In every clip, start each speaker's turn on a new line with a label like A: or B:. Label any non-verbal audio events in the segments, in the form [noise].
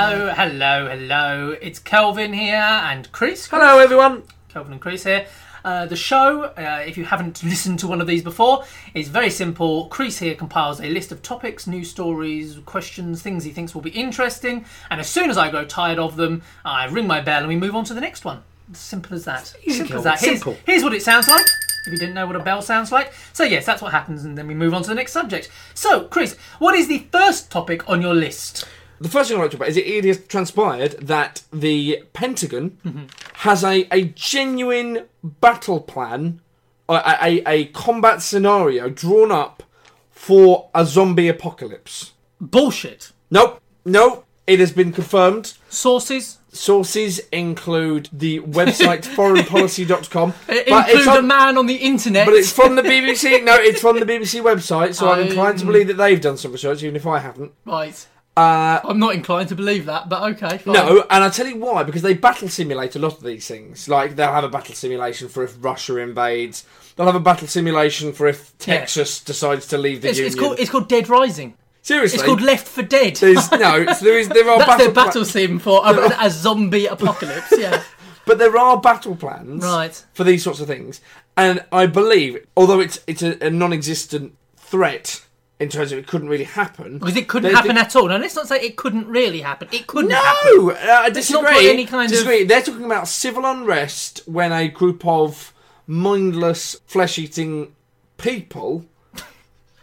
A: Hello, hello. It's Kelvin here and Chris.
B: Hello, everyone.
A: Kelvin and Chris here. Uh, the show, uh, if you haven't [laughs] listened to one of these before, is very simple. Chris here compiles a list of topics, news stories, questions, things he thinks will be interesting, and as soon as I grow tired of them, I ring my bell and we move on to the next one. Simple as that. Simple as that. Here's,
B: Simple.
A: here's what it sounds like. If you didn't know what a bell sounds like, so yes, that's what happens, and then we move on to the next subject. So, Chris, what is the first topic on your list?
B: The first thing I'd like to talk about is it, it has transpired that the Pentagon
C: Mm-hmm.
B: has a, a genuine battle plan, a, a, a combat scenario drawn up for a zombie apocalypse.
A: Bullshit.
B: Nope, nope. It has been confirmed.
A: Sources.
C: uh,
B: Sources include
C: [laughs]
B: the website foreignpolicy.com.
C: It
B: but
C: includes
B: it's on-
C: a man on the internet.
B: But it's from the BBC. No, it's from the BBC website, so I'm
C: Um,
B: inclined to believe that they've done some research, even if I haven't.
C: right.
B: Uh,
C: I'm not inclined to believe that, but okay. Fine.
B: No, and I'll tell you why, because they battle simulate a lot of these things. Like, they'll have a battle simulation for if Russia invades, they'll have a battle simulation for if
C: Yeah.
B: Texas decides to leave the
C: It's,
B: Union.
C: it's called it's called Dead Rising.
B: Seriously.
C: It's called Left for Dead. [laughs]
B: There's, no, it's- there, is, there are
C: That's
B: battle
C: their battle
B: pla-
C: sim for a, a zombie apocalypse.
B: [laughs]
C: Yeah.
B: But there are battle plans
C: Right.
B: for these sorts of things. And I believe, although it's, it's a, a non existent threat in terms of it couldn't really happen.
C: Because it couldn't
B: they-
C: happen
B: they-
C: at all. Now let's not say it couldn't really happen. It couldn't happen.
B: No, uh, I
C: not
B: disagree.
C: put any kind of-
B: disagree. They're talking about civil unrest when a group of mindless, flesh-eating people [laughs]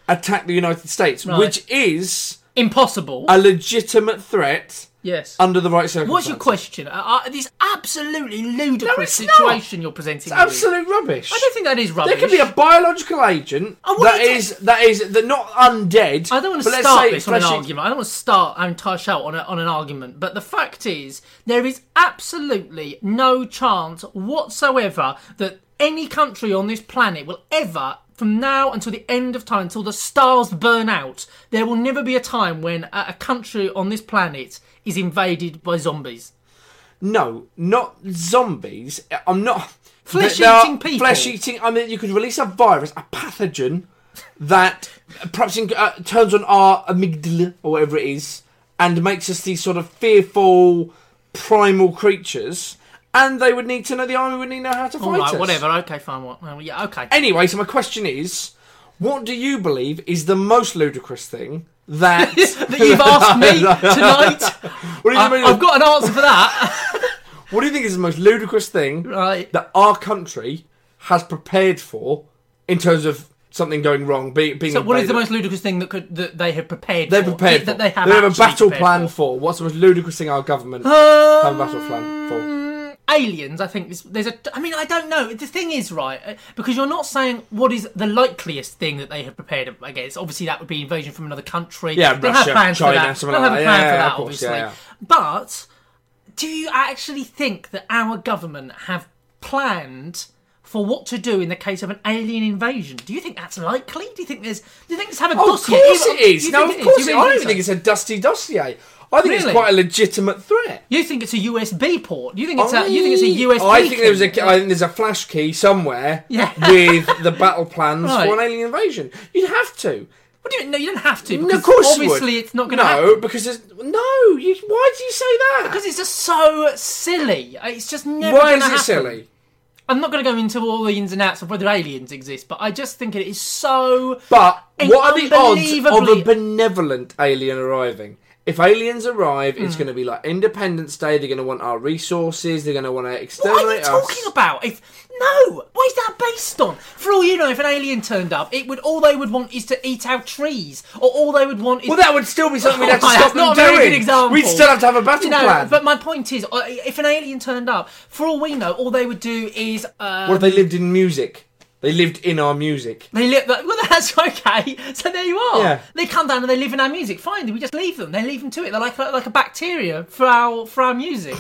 B: attack the United States,
C: Right.
B: which is
C: Impossible.
B: a legitimate threat
C: yes.
B: under the right circumstances.
C: What's your question? Uh, uh, this absolutely ludicrous
B: No, it's not.
C: situation you're presenting. me with.
B: Absolute rubbish.
C: I don't think that is rubbish.
B: There could be a biological agent
C: Oh, what
B: that
C: do you
B: is that is that not undead.
C: I don't want to
B: but let's
C: start
B: say
C: this on an
B: flesh-eat-
C: argument. I don't want to start our entire show on, a, on an argument. But the fact is, there is absolutely no chance whatsoever that any country on this planet will ever, from now until the end of time, until the stars burn out, there will never be a time when a, a country on this planet is invaded by zombies.
B: No, not zombies.
C: [laughs]
B: I'm not.
C: Flesh-eating
B: They are
C: people.
B: Flesh-eating. I mean, you could release a virus, a pathogen, that perhaps in, uh, turns on our amygdala or whatever it is, and makes us these sort of fearful, primal creatures. And they would need to know. The army would need to know how to
C: All
B: fight
C: right,
B: us.
C: whatever. Okay, fine. What? well, yeah,
B: [laughs]
C: okay.
B: Anyway, so my question is, what do you believe is the most ludicrous thing that?
C: [laughs] that you've asked
B: [laughs]
C: me tonight.
B: what, do you
C: I,
B: mean-
C: I've got an answer for that.
B: what do you think is the most ludicrous thing?
C: right.
B: that our country has prepared for in terms of something going wrong. Be, being
C: So what is the
B: invaded.
C: most ludicrous thing that could that they have prepared?
B: they're
C: for?
B: prepared for?
C: That they have.
B: a
C: actually
B: battle
C: prepared
B: plan
C: For.
B: for. What's the most ludicrous thing our government have a battle plan for?
C: Mm, Aliens, I think. This, there's a. I mean, I don't know. The thing is, right, uh, because you're not saying what is the likeliest thing that they have prepared against. Obviously, that would be invasion from another country.
B: Yeah,
C: They'll
B: Russia,
C: have plans
B: China,
C: for that.
B: something
C: They'll
B: like
C: have
B: that.
C: a plan for
B: Yeah, yeah,
C: that,
B: of course,
C: obviously.
B: yeah,
C: But do you actually think that our government have planned? For what to do in the case of an alien invasion? Do you think that's likely? Do you think there's? Do you think it's having?
B: Oh, Of course it is. No, of course it is. I don't
C: so?
B: think it's a dusty dossier. I think it's
C: Really?
B: quite a legitimate threat.
C: You think it's a USB port? You think it's a you think it's a USB?
B: I think there's
C: key?
B: a I think there's a flash key somewhere
C: Yeah.
B: with the
C: [laughs]
B: battle plans
C: Right.
B: for an alien invasion. You'd have to.
C: What do you, no, you don't have to.
B: No,
C: Because
B: of course, you would.
C: obviously it's not going to
B: No,
C: happen.
B: because there's no. You, why do you say that?
C: Because it's just so silly. It's just never.
B: why
C: gonna
B: is it
C: happen.
B: silly?
C: I'm not going to go into all the ins and outs of whether aliens exist, but I just think it is so.
B: But
C: An
B: what are the odds of a
C: unbelievably-
B: benevolent alien arriving? If aliens arrive, it's
C: Hmm.
B: going to be like Independence Day. They're going to want our resources. They're going to want to
C: What are
B: exterminate
C: you
B: us.
C: talking about? If no, what is that based on? For all you know, if an alien turned up, it would all they would want is to eat our trees, or all they would want is
B: Well, that would still
C: [laughs]
B: be something we'd have to
C: Right,
B: stop
C: that's not
B: them
C: a very
B: doing.
C: good example.
B: We'd still have to have a battle
C: no,
B: plan.
C: But my point is, uh, if an alien turned up, for all we know, all they would do is uh,
B: what if they lived in music? They lived in
C: [laughs]
B: our music.
C: they live. Well, that's okay. So there you are.
B: Yeah.
C: They come down and they live in our music. Fine, we just leave them. They leave them to it. They're like like a bacteria for our for our
B: [laughs]
C: music.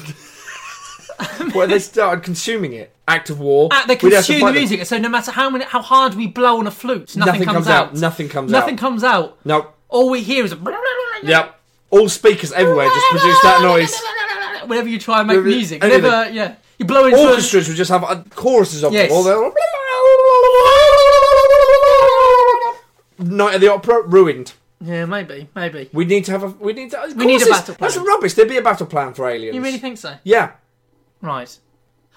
B: What if they started consuming it? Act of war.
C: Uh, they
B: We'd have to
C: consume
B: fight
C: the
B: them.
C: music, so no matter how many how hard we blow on a flute, nothing,
B: Nothing comes out. Nothing comes out.
C: Nothing comes out.
B: Nope.
C: All we hear is a [laughs]
B: Yep. All speakers everywhere just produce that noise.
C: Whenever you try and make
B: Whenever-
C: music, whenever
B: anything.
C: yeah, you blow into a-
B: Orchestras would just have uh, choruses of
C: Yes.
B: them. All they're- Night at the Opera ruined.
C: Yeah, maybe, maybe.
B: We need to have a. We need to. of
C: We need
B: course
C: a
B: it's-
C: battle
B: That's
C: plan.
B: rubbish. There'd be a battle plan for aliens.
C: You really think so?
B: Yeah.
C: Right.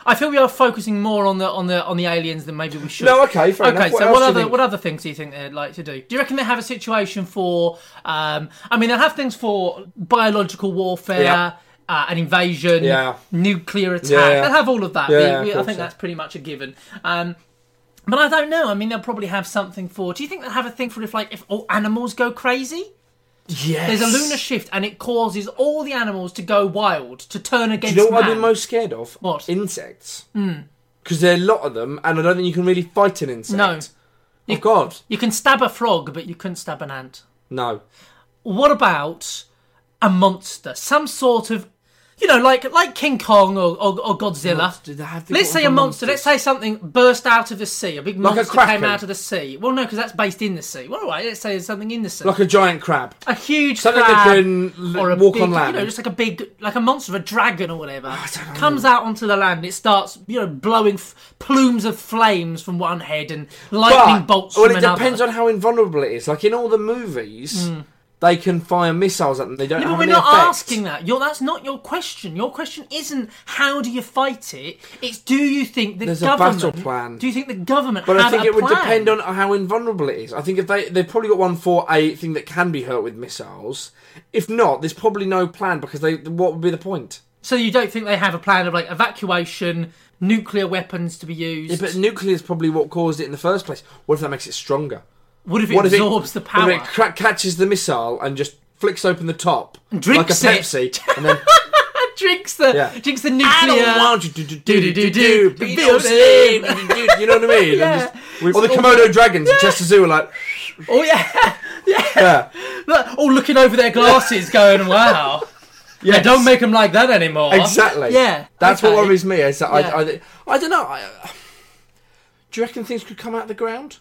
C: I feel we are focusing more on the on the on the aliens than maybe we should.
B: No. Okay. Fair
C: Okay,
B: enough.
C: so
B: else
C: what
B: do you
C: other
B: think?
C: what other things do you think they'd like to do? Do you reckon they have a situation for? Um, I mean, they have things for biological warfare,
B: Yeah.
C: uh, an invasion,
B: Yeah.
C: nuclear attack.
B: Yeah, yeah.
C: They'll have all of that.
B: Yeah,
C: We-
B: yeah,
C: we- I
B: of course,
C: think
B: yeah.
C: that's pretty much a given. Um, but I don't know. I mean, they'll probably have something for. Do you think they'll have a thing for if like if all animals go crazy?
B: Yes.
C: There's a lunar shift and it causes all the animals to go wild to turn
B: Do
C: against
B: you know what I'd
C: man.
B: be most scared of?
C: What? Hmm.
B: Insects. Because there are a lot of them, and I don't think you can really fight an insect.
C: No.
B: Oh God,
C: You can stab a frog, but you couldn't stab an ant.
B: no.
C: what about a monster? Some sort of, you know, like like King Kong or, or, or Godzilla.
B: Monster, they have to
C: Let's
B: go
C: say
B: for
C: a monster.
B: monsters.
C: Let's say something burst out of the sea. A big
B: Like a
C: monster came
B: kraken.
C: out of the sea. Well, no, because that's based in the sea. Well, all right. Let's say there's something in the sea.
B: Like a giant crab.
C: a huge
B: something that
C: crab
B: can l-
C: or a
B: walk
C: big,
B: on land. Oh,
C: You know, just like a big, like a monster, a dragon or whatever, comes out onto the land. It starts, you know, blowing f- plumes of flames from one head and lightning bolts
B: well,
C: from
B: it
C: another. Hmm.
B: depends on how invulnerable it is. Like in all the movies, they can fire missiles at them. They don't
C: No,
B: have
C: but we're
B: any
C: not
B: effect.
C: asking that. Your that's not your question. Your question isn't how do you fight it. It's do you think the
B: There's a
C: government
B: battle plan.
C: Do you think the government?
B: But I
C: have
B: think
C: a
B: it would
C: plan?
B: depend on how invulnerable it is. I think if they they've probably got one for a thing that can be hurt with missiles. If not, there's probably no plan because they what would be the point?
C: So you don't think they have a plan of like evacuation, nuclear weapons to be used.
B: Yeah, but nuclear is probably what caused it in the first place. What if that makes it stronger?
C: what if it
B: What if
C: absorbs
B: it,
C: the power?
B: What if it cra- catches the missile and just flicks open the top
C: drinks
B: like a
C: it.
B: Pepsi, and then
C: [laughs] drinks the
B: Yeah.
C: drinks the
B: I
C: nuclear.
B: don't want you to do do do do
C: Do-do-do-do.
B: do.
C: Beat
B: Beat
C: your
B: your
C: slave.
B: slave. Do-do-do. You know what I mean?
C: Yeah.
B: And just- Or the Komodo dragons in Chester Zoo are like,
C: Oh yeah, [laughs]
B: yeah,
C: Look, all looking over their
B: [laughs]
C: glasses, going, "Wow, yeah,
B: Yes.
C: don't make them like that anymore."
B: exactly.
C: Yeah,
B: that's
C: okay.
B: what worries me. Is that
C: Yeah.
B: I, I, I don't know. I, do you reckon things could come out of the ground?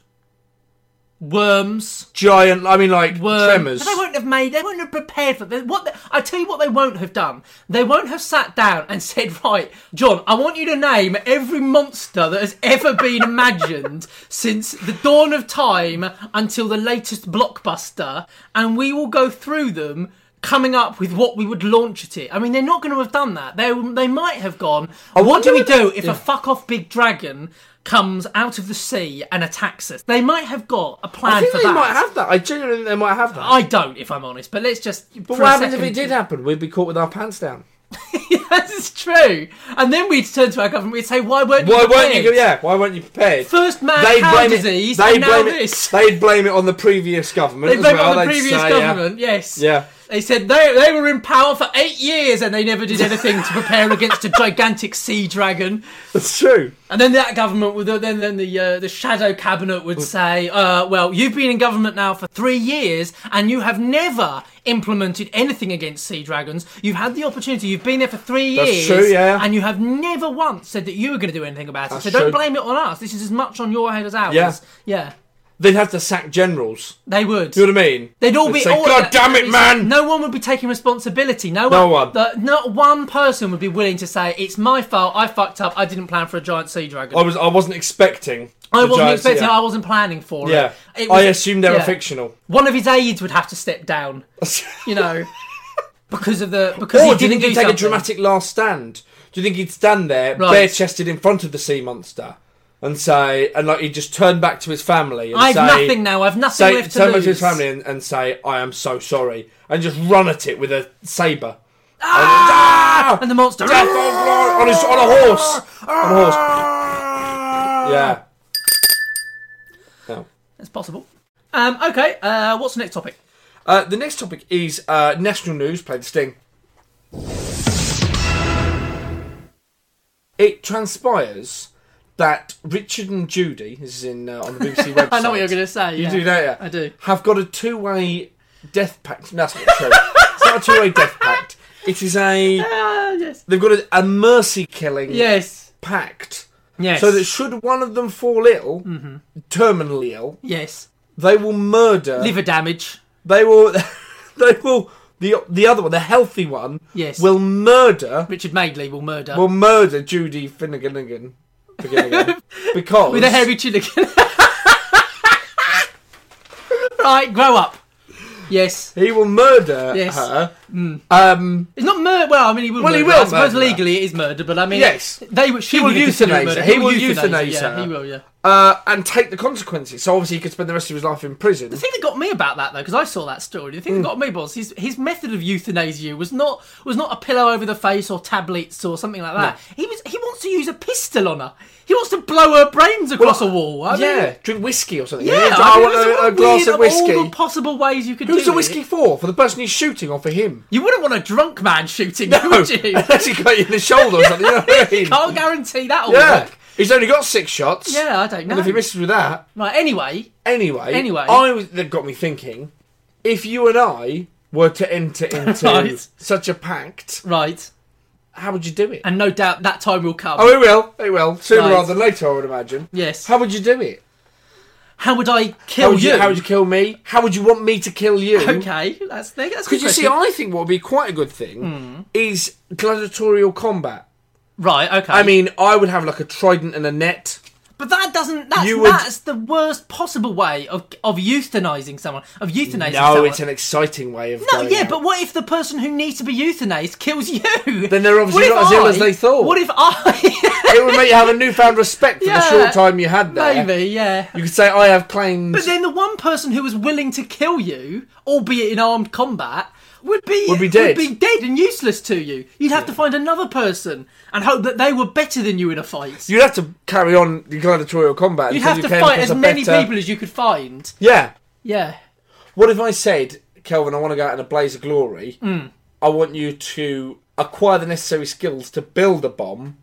C: Worms.
B: Giant. I mean, like
C: were-
B: tremors.
C: But they won't have made. They won't have prepared for. What? They, I tell you what, they won't have done. They won't have sat down and [laughs] said, "Right, John, I want you to name every monster that has ever
B: [laughs]
C: been imagined since the dawn of time until the latest blockbuster, and we will go through them." Coming up with what we would launch at it. I mean, they're not going to have done that. They they might have gone. what do
B: wonder
C: we
B: if-
C: do if a fuck off big dragon comes out of the sea and attacks us? They might have got a plan
B: I think
C: for
B: they
C: that. Oh,
B: might have that. I genuinely think they might have that.
C: I don't, if I'm honest. But let's just.
B: but what happens if it
C: [laughs]
B: did happen? We'd be caught with our pants down.
C: That's true. And then we'd turn to our government. We'd say, "Why weren't you?
B: Why weren't
C: prepared?
B: you? Yeah. Why weren't you prepared?
C: First man
B: They'd
C: cow
B: blame it-
C: disease,
B: they'd
C: and now
B: blame it-
C: this.
B: They'd blame it on the previous government.
C: They
B: as
C: blame it
B: well.
C: on the
B: They'd
C: previous
B: say, yeah.
C: government. Yes.
B: Yeah.
C: They said they they were in power for eight years and they never did anything to prepare against a gigantic sea dragon.
B: That's true.
C: And then that government would then then the uh, the shadow cabinet would say, uh, "Well, you've been in government now for three years, and you have never implemented anything against sea dragons. You've had the opportunity. You've been there for three
B: That's
C: years,
B: true, yeah.
C: and you have never once said that you were going to do anything about
B: That's
C: it. So don't
B: true.
C: blame it on us. This is as much on your head as ours.
B: Yeah.
C: yeah,
B: They'd have to sack generals.
C: they would.
B: You know what I mean?
C: They'd all be
B: say,
C: all-
B: God damn it, man!
C: No one would be taking responsibility. No one.
B: No one.
C: the- not one person would be willing to say it's my fault. I fucked up. I didn't plan for a giant sea dragon.
B: I was. I wasn't expecting.
C: I
B: the
C: wasn't
B: Giants-
C: expecting.
B: Yeah.
C: I wasn't planning for
B: yeah.
C: it. It
B: I
C: was-
B: assumed they were
C: yeah.
B: fictional.
C: One of his aides would have to step down. [laughs] You know,
B: [laughs]
C: because of the because
B: Or
C: he
B: do you
C: didn't
B: think
C: do
B: he'd take a
C: something.
B: dramatic last stand? Do you think he'd stand there,
C: Right.
B: bare-chested, in front of the sea monster, and say, and like he'd just turn back to his family and
C: I've
B: say,
C: nothing now. I've nothing
B: say,
C: left to
B: turn back
C: lose.
B: to his family and, and say, "I am so sorry," and just run at it with a saber.
C: Ah!
B: ah!
C: And the monster.
B: Death on, glory- on, his, on a horse. On a horse. Yeah. No.
C: That's possible. Um. Okay. Uh. What's the next topic?
B: Uh, the next topic is uh, national news. Play the sting. It transpires that Richard and Judy, this is in uh, on the BBC website.
C: [laughs] I know what you're going to say.
B: You do, don't you?
C: I do.
B: Have got a two-way death pact. No, that's not true. it's not a two-way death pact. It is a.
C: Ah. yes.
B: They've got a, a mercy killing
C: Yes.
B: pact.
C: Yes. Mm-hmm.
B: So that should one of them fall ill, terminally ill,
C: yes.
B: they will murder.
C: Liver damage.
B: They will. [laughs] They will. The the other one, the healthy one,
C: Yes.
B: will murder.
C: Richard Madeley will murder
B: Will murder Judy Finnegan
C: [laughs]
B: Finnegan, because
C: with a [laughs] hairy chin again. right. Grow up. Yes.
B: He will murder
C: Yes. Mm.
B: her. Um,
C: It's not murder. Well, I mean, he will.
B: Well, he
C: murder
B: will
C: her. I suppose
B: murder her.
C: legally it is murder, but I mean,
B: Yes.
C: they would. She
B: He will
C: would be considered
B: euthanize
C: murder.
B: her. He will euthanize
C: Yeah,
B: her.
C: he will. Yeah.
B: uh, and take the consequences. So obviously he could spend the rest of his life in prison.
C: The thing that got me about that though, because I saw that story, the thing that got
B: Hmm.
C: me was his his method of euthanasia was not was not a pillow over the face or tablets or something like that. He was he wants to use a pistol on her. He wants to blow her brains across a wall. I mean-
B: yeah, drink whiskey or something.
C: yeah.
B: Yeah,
C: I
B: I
C: mean,
B: want
C: there's
B: a, a
C: weird-
B: glass of
C: All the
B: whiskey.
C: possible ways you could do
B: Who's the
C: it.
B: whiskey for? For the person he's shooting or for him?
C: You wouldn't want a drunk man shooting, you, would you?
B: Unless [laughs] he got you in the shoulder or something. You know
C: [laughs]
B: what I mean?
C: Can't guarantee that'll
B: Yeah.
C: work.
B: He's only got six shots.
C: Yeah, I don't know.
B: And if he misses with that,
C: right. Anyway,
B: anyway,
C: Anyway.
B: I was, that got me thinking. If you and I were to
C: [laughs]
B: enter into
C: Right.
B: such a pact,
C: right.
B: how would you do it?
C: And no doubt that time will come.
B: Oh, it will. It will. Sooner
C: Right.
B: rather than later, I would imagine.
C: yes. How,
B: How would you do it?
C: would I
B: How
C: kill
B: would you, How would you kill me? How would you want me to kill you?
C: Okay, that's that's a good
B: Because you see,
C: question. Hmm.
B: I think what would be quite a good thing is gladiatorial combat.
C: Right, okay.
B: I mean, I would have like a trident and a net.
C: but that doesn't. That's,
B: you would-
C: that's the worst possible way of of euthanizing someone. Of euthanizing
B: No,
C: someone.
B: it's an exciting way of.
C: no,
B: going
C: yeah,
B: out.
C: but what if the person who needs to be euthanized kills you?
B: Then they're
C: What
B: obviously
C: if
B: not as ill
C: I-
B: as they thought.
C: What if I? [laughs]
B: it would make you have a newfound respect for the
C: Yeah,
B: short time you had there.
C: Maybe, yeah.
B: You could say I have claims.
C: But then the one person who was willing to kill you, albeit in armed combat, would be
B: Would be dead.
C: would be dead and useless to you. You'd have to find another person and hope that they were better than you in a fight.
B: You'd have to carry on the gladiatorial combat.
C: You'd
B: until
C: have
B: you
C: to
B: came
C: fight
B: across
C: as
B: a
C: many
B: better-
C: people as you could find.
B: Yeah.
C: Yeah.
B: What if I said, Kelvin, I want to go out in a blaze of glory.
C: Mm.
B: I want you to acquire the necessary skills to build a bomb,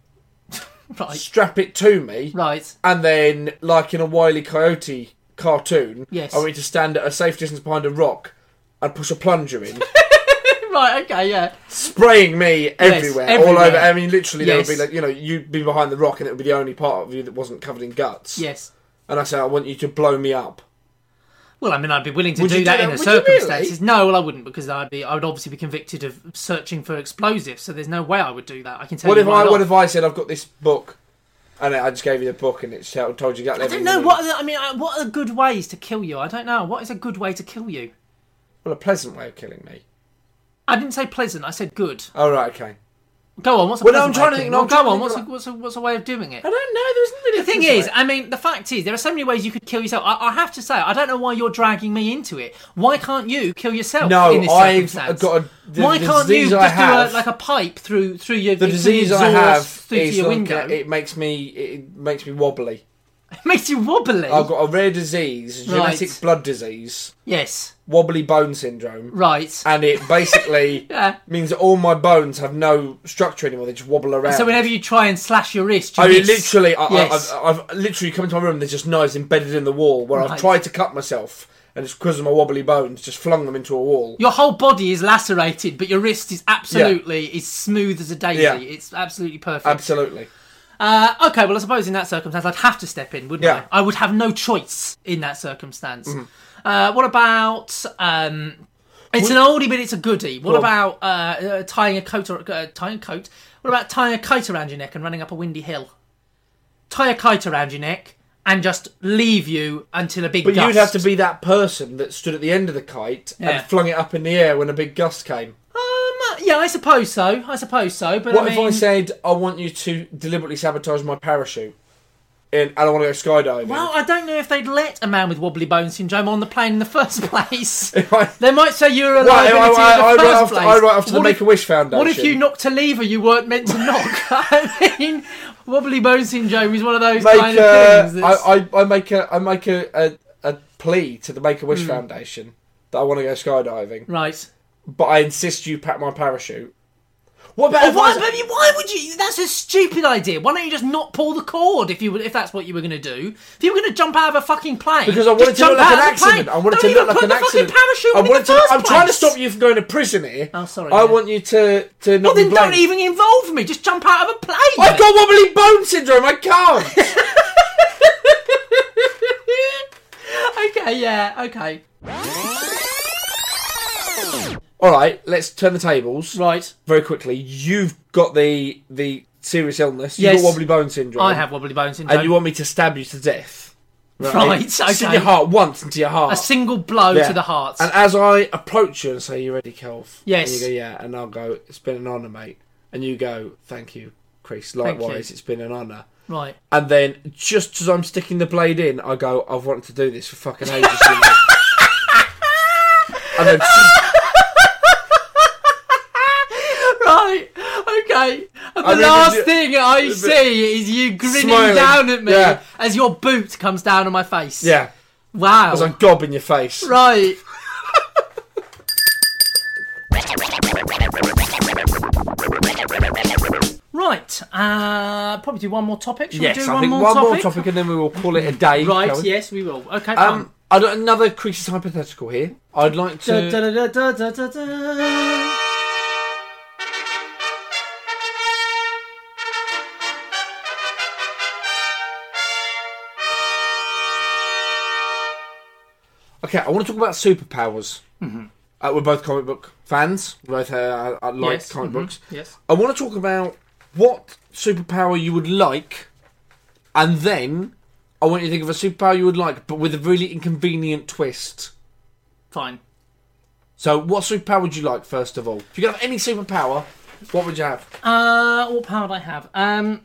C: Right.
B: strap it to me,
C: Right. [laughs]
B: and then, like in a Wily Coyote cartoon,
C: Yes.
B: I want you to stand at a safe distance behind a rock and push a plunger in,
C: Right, okay, yeah.
B: spraying me everywhere, all
C: everywhere.
B: over. I mean, literally, there would be
C: Yes.
B: like, you know, you'd be behind the rock and it would be the only part of you that wasn't covered in guts.
C: Yes.
B: And I say, I want you to blow me up.
C: Well, I mean, I'd be willing to
B: Would you
C: do
B: do
C: that in
B: that?
C: the
B: Would you really?
C: circumstances. No, well, I wouldn't because I'd be, I would obviously be convicted of searching for explosives. So there's no way I would do that. I can tell
B: What
C: you.
B: if
C: right
B: I? What
C: off.
B: if I said I've got this book, and I just gave you the book, and it told told you exactly.
C: I don't know what are the- I mean. uh, What are good ways to kill you? I don't know. What is a good way to kill you?
B: Well, a pleasant way of killing me.
C: I didn't say pleasant. I said good.
B: All right, okay.
C: Go on. What's a
B: Well, no,
C: pleasant
B: I'm
C: way
B: trying to
C: of
B: think-
C: killing-
B: no, I'm
C: well,
B: trying
C: go
B: to
C: on.
B: think
C: What's a,
B: about-
C: what's a what's a way of doing it?
B: I don't know. There isn't really.
C: The thing is, I mean, the fact is, there are so many ways you could kill yourself. I, I have to say, I don't know why you're dragging me into it. Why can't you kill yourself?
B: No,
C: in this
B: I've
C: circumstance?
B: got a- the-
C: why
B: the
C: can't you
B: disease I
C: just
B: have-
C: do a, like a pipe through through your
B: the disease I have
C: through to
B: is
C: your
B: like,
C: window?
B: uh, it makes me it makes me wobbly.
C: It [laughs] makes you wobbly.
B: I've got a rare disease,
C: Right.
B: genetic blood disease,
C: Yes,
B: wobbly bone syndrome,
C: right.
B: and it basically
C: [laughs] Yeah.
B: means that all my bones have no structure anymore. They just wobble around.
C: So whenever you try and slash your wrist, you
B: I mean,
C: miss.
B: literally, I,
C: Yes.
B: I, I've, I've literally come into my room. There's just knives embedded in the wall where I've
C: Right.
B: tried to cut myself, and it's because of my wobbly bones, just flung them into a wall.
C: your whole body is lacerated, but your wrist is absolutely is smooth as a daisy.
B: Yeah.
C: It's absolutely perfect.
B: Absolutely.
C: Uh, okay, well, I suppose in that circumstance, I'd have to step in, wouldn't
B: Yeah.
C: I? I would have no choice in that circumstance.
B: Mm-hmm.
C: Uh, what about? Um, it's an oldie, but it's a goodie. What about uh, uh, tying a coat or uh, tying a coat? What about tying a kite around your neck and running up a windy hill? Tie a kite around your neck and just leave you until a big.
B: But
C: gust.
B: you'd have to be that person that stood at the end of the kite
C: Yeah.
B: and flung it up in the air when a big gust came.
C: Um, yeah, I suppose so. I suppose so. But
B: What
C: I
B: if
C: mean,
B: I said, I want you to deliberately sabotage my parachute? And and I want to go skydiving.
C: Well, I don't know if they'd let a man with wobbly bone syndrome on the plane in the first [laughs] place.
B: [laughs] If I-
C: they might say you're a
B: Well, I,
C: liability
B: I,
C: in
B: I, I,
C: the
B: write
C: first
B: off,
C: place.
B: I write off to the
C: What if-
B: Make a Wish Foundation.
C: What if you knocked a lever you weren't meant to knock? [laughs] I mean, wobbly bone syndrome is one of those
B: make
C: kind
B: a,
C: of things. that's-
B: I, I, I make a I make a, a, a plea to the Make a
C: Hmm.
B: Wish Foundation that I want to go skydiving,
C: Right.
B: but I insist you pack my parachute. What about if I
C: Oh, Why,
B: was-
C: baby, why would you? That's a stupid idea. Why don't you just not pull the cord if you were- if that's what you were going to do? If you were going to jump out of a fucking plane,
B: because I want
C: wanted
B: it to look like an accident. I want it
C: don't
B: to
C: even
B: look like
C: put
B: an
C: the
B: accident.
C: Fucking parachute
B: I
C: in
B: want
C: the
B: it to,
C: first
B: I'm trying to
C: place.
B: stop you from going to prison here.
C: Oh, sorry,
B: I
C: yeah.
B: want you to to not
C: Well, then
B: be
C: don't
B: blamed.
C: even involve me. Just jump out of a plane.
B: I've got wobbly bone syndrome. I
C: [laughs]
B: can't.
C: [laughs] okay, yeah, okay.
B: All right, let's turn the tables
C: Right.
B: very quickly. You've got the the serious illness. You've
C: Yes.
B: got wobbly bone syndrome.
C: I have wobbly bone syndrome.
B: and you want me to stab you to death
C: Right,
B: Stick
C: okay.
B: your heart once into your heart.
C: A single blow
B: Yeah.
C: to the heart.
B: And as I approach you and say, "You ready, Kelv?"
C: Yes.
B: And you go, "Yeah," and I'll go, "It's been an honour, mate." And you go, "Thank you, Chris. Likewise,
C: you.
B: it's been an honour."
C: right.
B: And then, just as I'm sticking the blade in, I go, "I've wanted to do this for fucking ages."
C: [laughs]
B: you know." and then,
C: Right. Okay. And the
B: I mean,
C: last
B: you-
C: thing I see is you grinning
B: Smiling,
C: down at me
B: yeah.
C: as your boot comes down on my face.
B: yeah,
C: Wow.
B: as I gob in your face.
C: Right. Right, uh, probably do one more topic. Shall
B: Yes,
C: we do
B: I
C: one,
B: think
C: more,
B: one
C: topic?
B: more topic, and then we will call it a day.
C: Right,
B: shall we?
C: yes, we will. Okay, fine.
B: Um, I don't, another Creases hypothetical here. I'd like to.
C: Da-da-da-da-da-da-da.
B: Okay, I want to talk about superpowers.
C: Mm-hmm.
B: Uh, we're both comic book fans. We both uh, uh, like
C: Yes,
B: comic
C: mhm,
B: books.
C: Yes.
B: I want to talk about what superpower you would like, and then I want you to think of a superpower you would like, but with a really inconvenient twist.
C: Fine.
B: So, what superpower would you like first of all? If you could have any superpower, what would you have?
C: Uh, what power do I have? Um,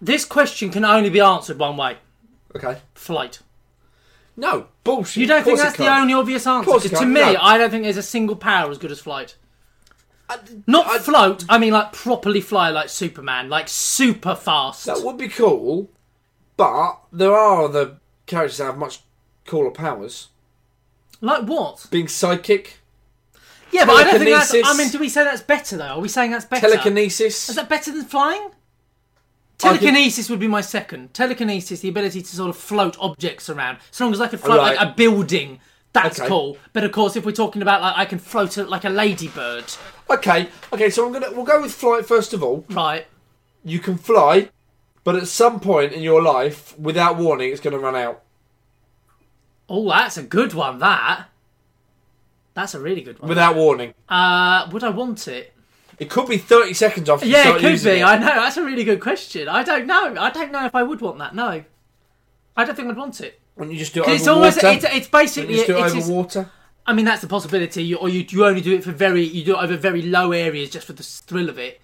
C: this question can only be answered one way:
B: Okay.
C: flight.
B: No bullshit.
C: You don't
B: Of
C: think
B: course
C: that's
B: it
C: the
B: can't.
C: only obvious answer?
B: course it
C: 'Cause to
B: can't,
C: me,
B: no.
C: I don't think there's a single power as good as flight.
B: Uh,
C: Not
B: I-
C: float. I mean, like properly fly, like Superman, like super fast.
B: That would be cool, but there are other characters that have much cooler powers.
C: Like what?
B: Being psychic,
C: Yeah, but I don't think that's. I
B: Telekinesis.
C: mean, do we say that's better though? Are we saying that's better?
B: telekinesis.
C: Is that better than flying?
B: could-
C: Telekinesis would be my second. Telekinesis, the ability to sort of float objects around. So long as I can float
B: Right.
C: like a building, that's
B: Okay.
C: cool. But of course, if we're talking about like I can float it like a ladybird,
B: Okay, okay. So I'm gonna we'll go with flight first of all.
C: right?
B: You can fly, but at some point in your life, without warning, it's gonna run out.
C: Oh, that's a good one. That. That's a really good one.
B: Without warning,
C: Uh, would I want it?
B: it could be 30 seconds after. you
C: Yeah,
B: start
C: it could
B: using
C: be.
B: It.
C: I know. That's a really good question. I don't know. I don't know if I would want that. No, I don't think I'd want it.
B: When you just do it
C: 'Cause
B: over
C: It's always.
B: water.
C: It's, it's
B: Wouldn't
C: basically.
B: you just do it,
C: it
B: over
C: is-
B: water.
C: I mean, that's a possibility. You, or you, you only do it for very, you do it over very low areas just for the thrill of it.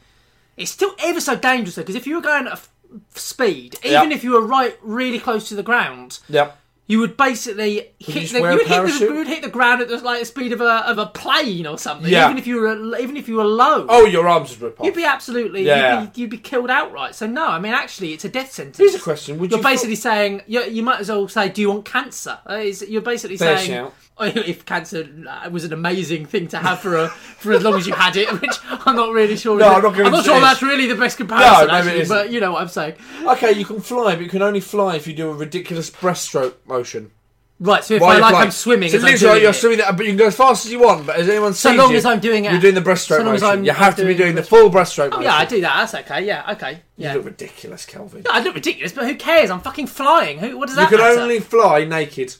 C: It's still ever so dangerous though, because if you were going at a f- speed,
B: Yeah.
C: even if you were right really close to the ground,
B: Yep.
C: you would basically hit
B: just
C: the,
B: wear
C: you
B: a
C: would hit the,
B: parachute?
C: you would hit the ground at the, like the speed of a of a plane or something.
B: Yeah.
C: Even if you were even if you were low.
B: Oh, your arms would rip off.
C: You'd be absolutely,
B: Yeah.
C: you'd, be, you'd be killed outright. So no, I mean, actually, it's a death sentence.
B: Here's a question: Would
C: You're
B: you
C: basically saying you, you might as well say, "Do you want cancer?" Uh, is- You're basically
B: Fair
C: saying [laughs]
B: shout.
C: if cancer uh, was an amazing thing to have for a, for as long as you had it, [laughs] which I'm not really sure.
B: No,
C: is-
B: I'm not giving it
C: sure
B: to
C: that's really the best comparison,
B: No, maybe it
C: actually,
B: isn't.
C: but you know what I'm saying.
B: Okay, you can fly, but you can only fly if you do a ridiculous breaststroke motion.
C: Right, so if
B: While
C: I
B: you're
C: like
B: flying.
C: I'm swimming,
B: So
C: as I'm
B: literally,
C: doing
B: you're
C: it.
B: swimming, that, but you can go as fast as you want. But as anyone sees
C: So long
B: you,
C: as I'm doing it,
B: you're doing the breaststroke
C: so long as
B: motion.
C: I'm-
B: you have
C: I'm
B: to be
C: doing
B: doing
C: the
B: the full breaststroke
C: Oh
B: motion.
C: yeah, I do that. That's okay. Yeah, okay. Yeah.
B: You look ridiculous, Kelvin.
C: I look ridiculous, but who cares? I'm fucking flying. Who? What does
B: You
C: that
B: can
C: matter?
B: only fly naked.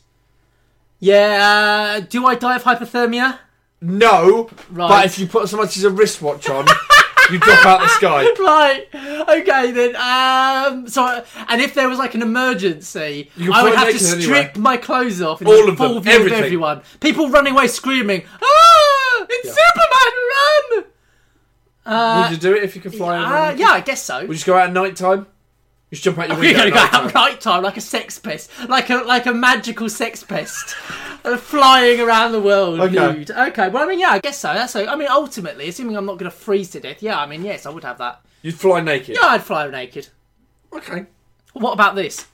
C: Yeah. Uh, do I die of hypothermia?
B: No,
C: Right.
B: but if you put so much as a wristwatch on, you drop out the
C: [laughs]
B: sky.
C: Right. Okay then. Um. So, and if there was like an emergency,
B: You can
C: I would
B: put
C: have to
B: naked anyway.
C: strip my clothes off in
B: All
C: the
B: of
C: full
B: them,
C: view
B: everything.
C: of everyone. People running away screaming, "Ah! It's Superman! Run!"
B: Would you do it if you could fly?
C: Uh,
B: around?
C: yeah, I guess so. [laughs]
B: Would you just go out at night time? You just jump out your
C: We're
B: window.
C: gonna
B: at
C: go
B: night-time?
C: out night time like a sex pest, like a like a magical sex pest, [laughs] uh, flying around the world
B: Okay.
C: nude. Okay, well I mean yeah, I guess so. That's so. I mean ultimately, assuming I'm not gonna freeze to death, yeah, I mean yes, I would have that.
B: You'd fly naked.
C: Yeah, I'd fly naked.
B: Okay.
C: What about this?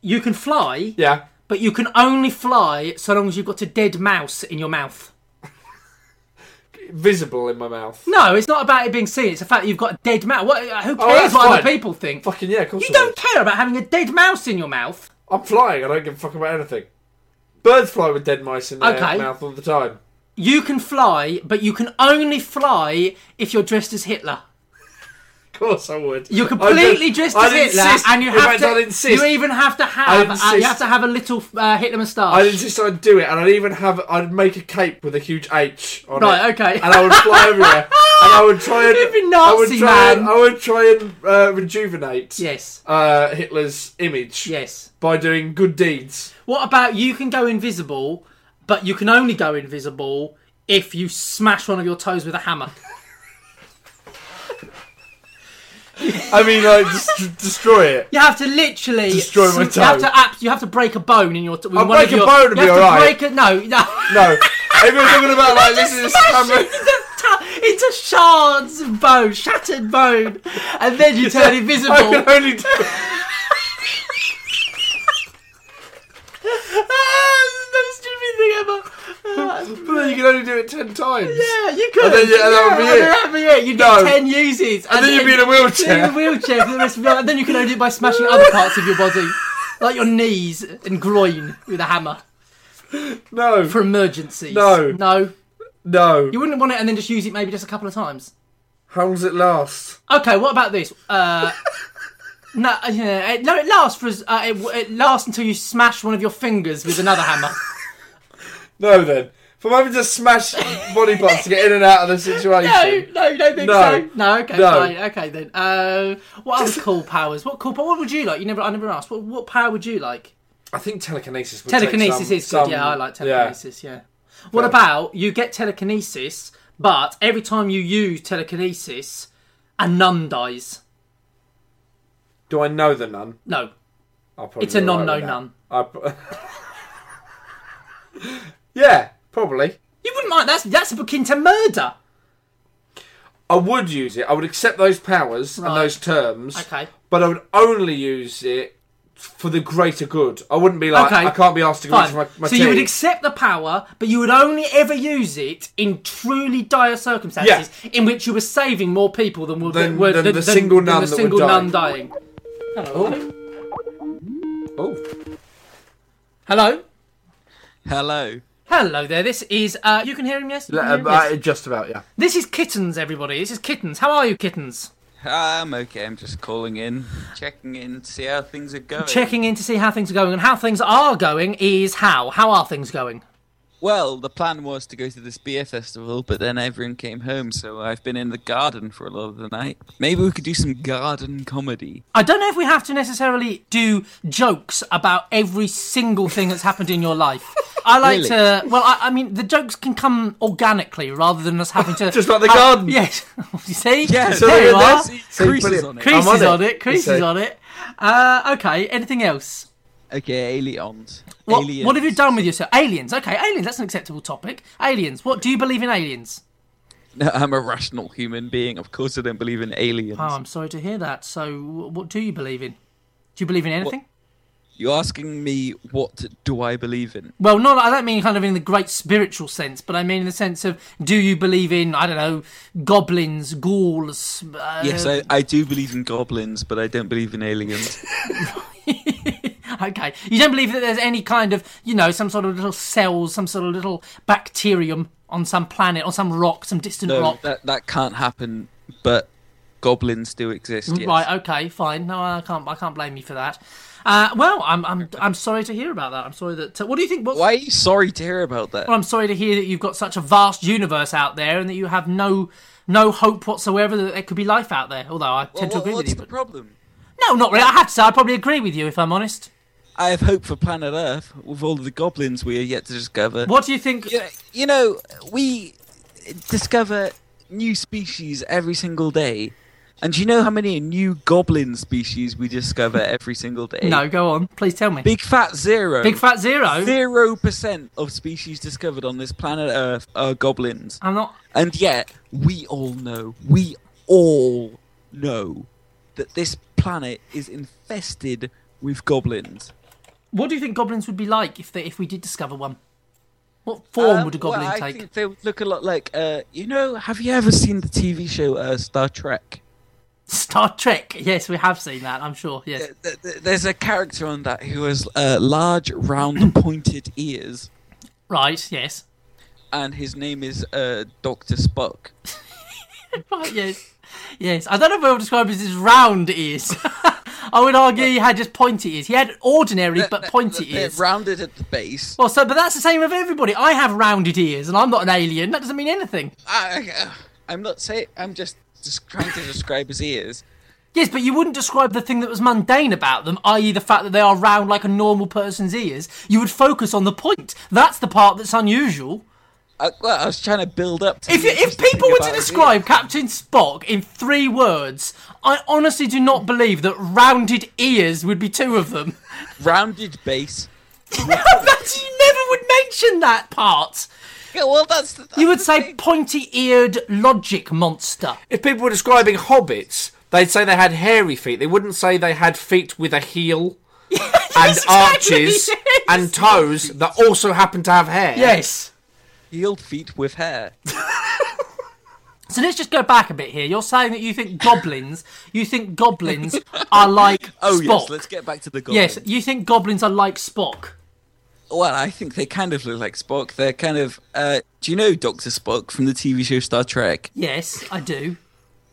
C: You can fly,
B: Yeah.
C: but you can only fly so long as you've got a dead mouse in your mouth.
B: Visible in my mouth.
C: No, it's not about it being seen. It's the fact that you've got a dead mouse. What, uh, who cares
B: Oh, that's
C: what other
B: fine.
C: people think?
B: Fucking yeah, of course.
C: You
B: I
C: don't
B: would.
C: care about having a dead mouse in your mouth.
B: I'm flying. I don't give a fuck about anything. Birds fly with dead mice in their
C: Okay.
B: mouth all the time.
C: You can fly, but you can only fly if you're dressed as Hitler.
B: course I would.
C: You're completely
B: I don't-
C: dressed
B: I
C: as Hitler,
B: insist.
C: and you
B: In
C: have
B: fact,
C: to.
B: I'd insist.
C: You even have to
B: I'd
C: have. Uh, you
B: insist.
C: have to have a little uh, Hitler moustache.
B: I'd insist I'd do it, and I'd even have I'd make a cape with a huge H on it.
C: Right, okay.
B: And I would fly
C: [laughs]
B: everywhere, and I would try and
C: You'd be
B: I would
C: Nazi,
B: try And,
C: man.
B: I would try and uh, rejuvenate
C: yes.
B: uh, Hitler's image
C: Yes.
B: by doing good deeds.
C: What about you can go invisible, but you can only go invisible if you smash one of your toes with a hammer.
B: I mean, like just destroy it.
C: You have to literally
B: Destroy my
C: You have
B: toe.
C: to, ab- you have to break a bone in your. T- with
B: I'll
C: one of
B: break a
C: your-
B: bone and
C: you
B: be
C: have to
B: alright.
C: Break a, no, [laughs] no.
B: No, everyone's talking about like this is a
C: Smash
B: scammer.
C: it into, ta- into shards of bone, shattered bone, and then you
B: [laughs]
C: turn
B: I can
C: invisible.
B: only do.
C: [laughs] Ah, That's the stupid thing ever. Ah, [laughs] that's brilliant.
B: You can only do it ten times.
C: Yeah, you could.
B: then you- and that would be it.
C: that would be it. You'd
B: No.
C: get ten uses,
B: And then you'd be in a
C: you'd be in a
B: wheelchair.
C: wheelchair for the rest of your life. And then you can only do it by smashing other parts of your body, like your knees and groin, with a hammer
B: No,
C: for emergencies.
B: No.
C: no,
B: no.
C: you wouldn't want it, and then just use it maybe just a couple of times.
B: How long's it last?
C: Okay, what about this? Uh, [laughs] no, uh, yeah, it, no, it lasts for as- uh, it, w- it lasts until you smash one of your fingers with another
B: [laughs]
C: hammer.
B: No, then. From having to smash body parts to get in and out of the situation.
C: No, no, you don't think
B: No.
C: so. No, okay,
B: No.
C: fine, okay then. Uh, what
B: [laughs]
C: other cool powers? What cool? power? What would you like? You never, I never asked. What what power would you like?
B: I think telekinesis. Would take
C: Telekinesis
B: some-
C: is good.
B: some-
C: yeah, I like
B: yeah.
C: telekinesis. Yeah. What
B: Fair.
C: about you get telekinesis, but every time you use telekinesis, a nun dies.
B: Do I know the nun?
C: No,
B: I'll probably
C: It's a
B: be all
C: non-known
B: with that.
C: nun.
B: I pro- [laughs] yeah, probably.
C: you wouldn't mind. That's that's akin to murder.
B: I would use it. I would accept those powers and
C: Right.
B: those terms.
C: Okay.
B: But I would only use it for the greater good. I wouldn't be like,
C: Okay.
B: I can't be asked to go
C: Fine.
B: into my, my
C: so you would
B: tea.
C: accept the power, but you would only ever use it in truly dire circumstances in which you were saving more people than were,
B: Than-
C: were-
B: than the single nun
C: the
B: that would
C: single
B: die.
C: nun dying. Hello.
B: Oh.
C: Hello.
D: Hello.
C: Hello there. This is uh, you can hear him. Yes. You can hear him?
B: Um,
C: Yes.
B: uh, just about, yeah.
C: This is kittens, everybody. This is kittens. How are you, kittens?
D: I'm okay. I'm just calling in, checking in, to see how things are going.
C: Checking in to see how things are going and how things are going is how. How are things going?
D: Well, the plan was to go to this beer festival, but then everyone came home, so I've been in the garden for a lot of the night. Maybe we could do some garden comedy.
C: I don't know if we have to necessarily do jokes about every single thing that's happened in your life. I like
D: Really?
C: to. Well, I, I mean, the jokes can come organically rather than us having to.
B: [laughs] Just like the
C: Uh,
B: garden.
C: Yes. [laughs] you see?
D: Yeah,
C: There
D: so
C: you
B: there-
C: are.
B: there's-
D: See,
B: See,
D: creases
B: brilliant.
D: on it.
B: Crease-
C: Creases
B: I'm on
C: on
B: it,
C: it.
B: you
C: Creases
B: see.
C: on it. Uh, okay. Anything else?
D: Okay, aliens.
C: What,
D: aliens.
C: what have you done with yourself? Aliens. Okay, aliens. That's an acceptable topic. Aliens. What do you believe in aliens?
D: No, I'm a rational human being. Of course, I don't believe in aliens.
C: Oh, I'm sorry to hear that. So, wh- what do you believe in? Do you believe in anything?
D: You're asking me what do I believe in?
C: Well, not I don't mean kind of in the great spiritual sense, but I mean in the sense of do you believe in I don't know goblins, ghouls? Uh,
D: Yes, I, I do believe in goblins, but I don't believe
C: [laughs]
D: in aliens.
C: okay. You don't believe that there's any kind of you know some sort of little cells, some sort of little bacterium on some planet, on some rock, some distant
D: no,
C: rock.
D: that that can't happen. But goblins do exist. Yes.
C: Right. Okay. Fine. No, I can't. I can't blame you for that. Uh, well, I'm, I'm I'm sorry to hear about that. I'm sorry that. what do you think? What's,
D: Why are you sorry to hear about that?
C: Well, I'm sorry to hear that you've got such a vast universe out there, and that you have no no hope whatsoever that there could be life out there. Although I tend to agree with
D: what's
C: you.
D: the
C: but-
D: problem?
C: No, not really. I have to say, I probably agree with you if I'm honest.
D: I have hope for planet Earth with all the goblins we are yet to discover.
C: What do you think?
D: You know, you know, we discover new species every single day. And do you know how many new goblin species we discover every single day?
C: No, go on. Please tell me. Big,
D: Big fat zero.
C: fat zero.
D: Zero percent of species discovered on this planet Earth are goblins.
C: I'm not.
D: And yet, we all know, we all know that this planet is infested with goblins.
C: What do you think goblins would be like if they, if we did discover one? What form
D: Um,
C: would a goblin
D: well, I
C: take?
D: think they would look a lot like, uh, you know, have you ever seen the TV show uh, Star Trek?
C: Star Trek. Yes, we have seen that. I'm sure. Yes.
D: Th- th- th- There's a character on that who has uh, large, round, [coughs] pointed ears,
C: Right. Yes.
D: and his name is uh, Doctor Spock.
C: Right. Yes. Yes, I don't know if I would describe it as his round ears. [laughs] I would argue he had just pointy ears. He had ordinary but pointy
D: They're
C: ears.
D: rounded at the base.
C: Well, so but that's the same with everybody. I have rounded ears, and I'm not an alien. That doesn't mean anything.
D: I, I- I'm not saying. I'm just, just trying to describe his ears.
C: Yes, but you wouldn't describe the thing that was mundane about them, i.e., the fact that they are round like a normal person's ears. You would focus on the point. That's the part that's unusual.
D: I, well, I was trying to build up. To
C: If,
D: the
C: you, if
D: interesting
C: people were
D: about
C: to
D: his
C: describe
D: ears.
C: Captain Spock in three words, I honestly do not believe that rounded ears would be two of them. [laughs]
D: rounded base.
C: That's, you never would mention that part.
D: Yeah, well, that's. that's
C: You would
D: the
C: say
D: thing.
C: pointy eared logic monster.
B: If people were describing hobbits, they'd say they had hairy feet. They wouldn't say they had feet with a
C: [laughs]
B: heel and
C: exactly,
B: arches
C: yes.
B: and toes that also happen to have hair.
C: Yes.
D: healed feet
C: [laughs]
D: with hair.
C: So let's just go back a bit here. You're saying that you think goblins, you think goblins are like
D: [laughs] Oh
C: Spock.
D: yes, let's get back to the goblins.
C: Yes, you think goblins are like Spock.
D: Well, I think they kind of look like Spock. They're kind of. Uh, do you know Doctor Spock from the TV show Star Trek?
C: Yes, I do.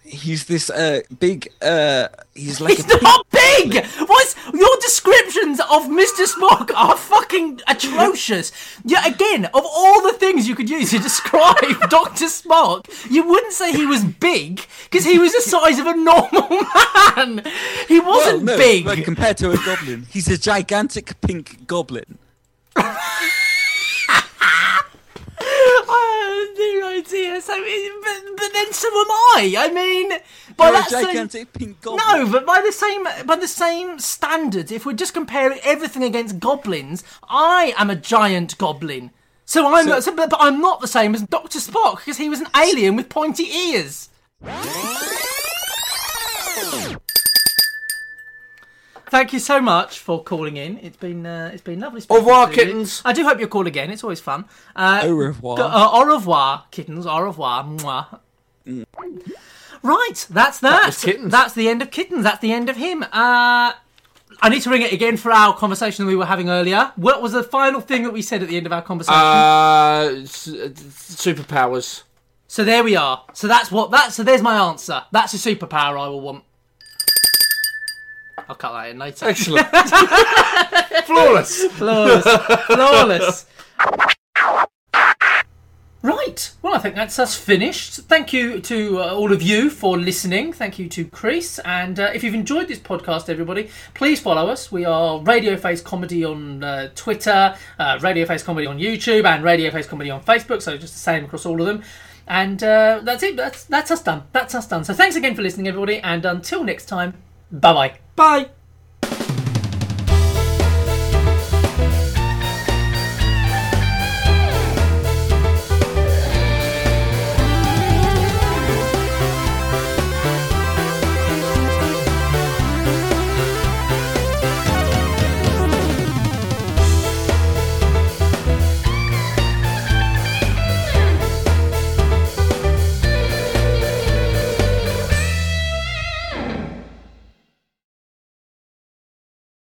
D: He's this uh, big. Uh, he's like
C: He's [laughs]
D: a pink
C: not big! What's your descriptions of Mr. Spock are fucking atrocious. Yeah, again, of all the things you could use to describe [laughs] Dr. Spock, you wouldn't say he was big, because he was the size of a normal [laughs] man. He
D: Well,
C: wasn't
D: oh, no,
C: big.
D: But compared to a goblin, he's a gigantic pink goblin.
C: [laughs] I have no idea. So, but, but then so am I. I mean, by
D: You're a
C: that same
D: gigantic pink goblin.
C: no, but by the same by the same standards, if we're just comparing everything against goblins, I am a giant goblin. So I'm
D: So-
C: so- but, but I'm not the same as Doctor Spock because he was an alien with pointy ears. Thank you so much for calling in. It's been uh, it's been lovely. Au
B: revoir, kittens.
C: I do hope you'll call again. It's always fun. Uh,
D: Au revoir.
C: go- uh, au revoir, kittens. Au revoir. Mwah. Right, that's that.
B: was kittens.
C: That's the end of kittens. That's the end of him. Uh, I need to ring it again for our conversation we were having earlier. What was the final thing that we said at the end of our conversation?
B: Uh, s- uh, superpowers.
C: so there we are. So that's what that. So there's my answer. That's a superpower I will want. I'll cut that in later.
B: Excellent. [laughs] Flawless.
C: Flawless. Flawless.
A: Right. Well, I think that's us finished. Thank you to uh, all of you for listening. Thank you to Chris. And uh, if you've enjoyed this podcast, everybody, please follow us. We are Radio Face Comedy on uh, Twitter, uh, Radio Face Comedy on YouTube, and Radio Face Comedy on Facebook. So just the same across all of them. And uh, that's it. That's that's us done. That's us done. So thanks again for listening, everybody. And until next time, bye bye.
C: Bye.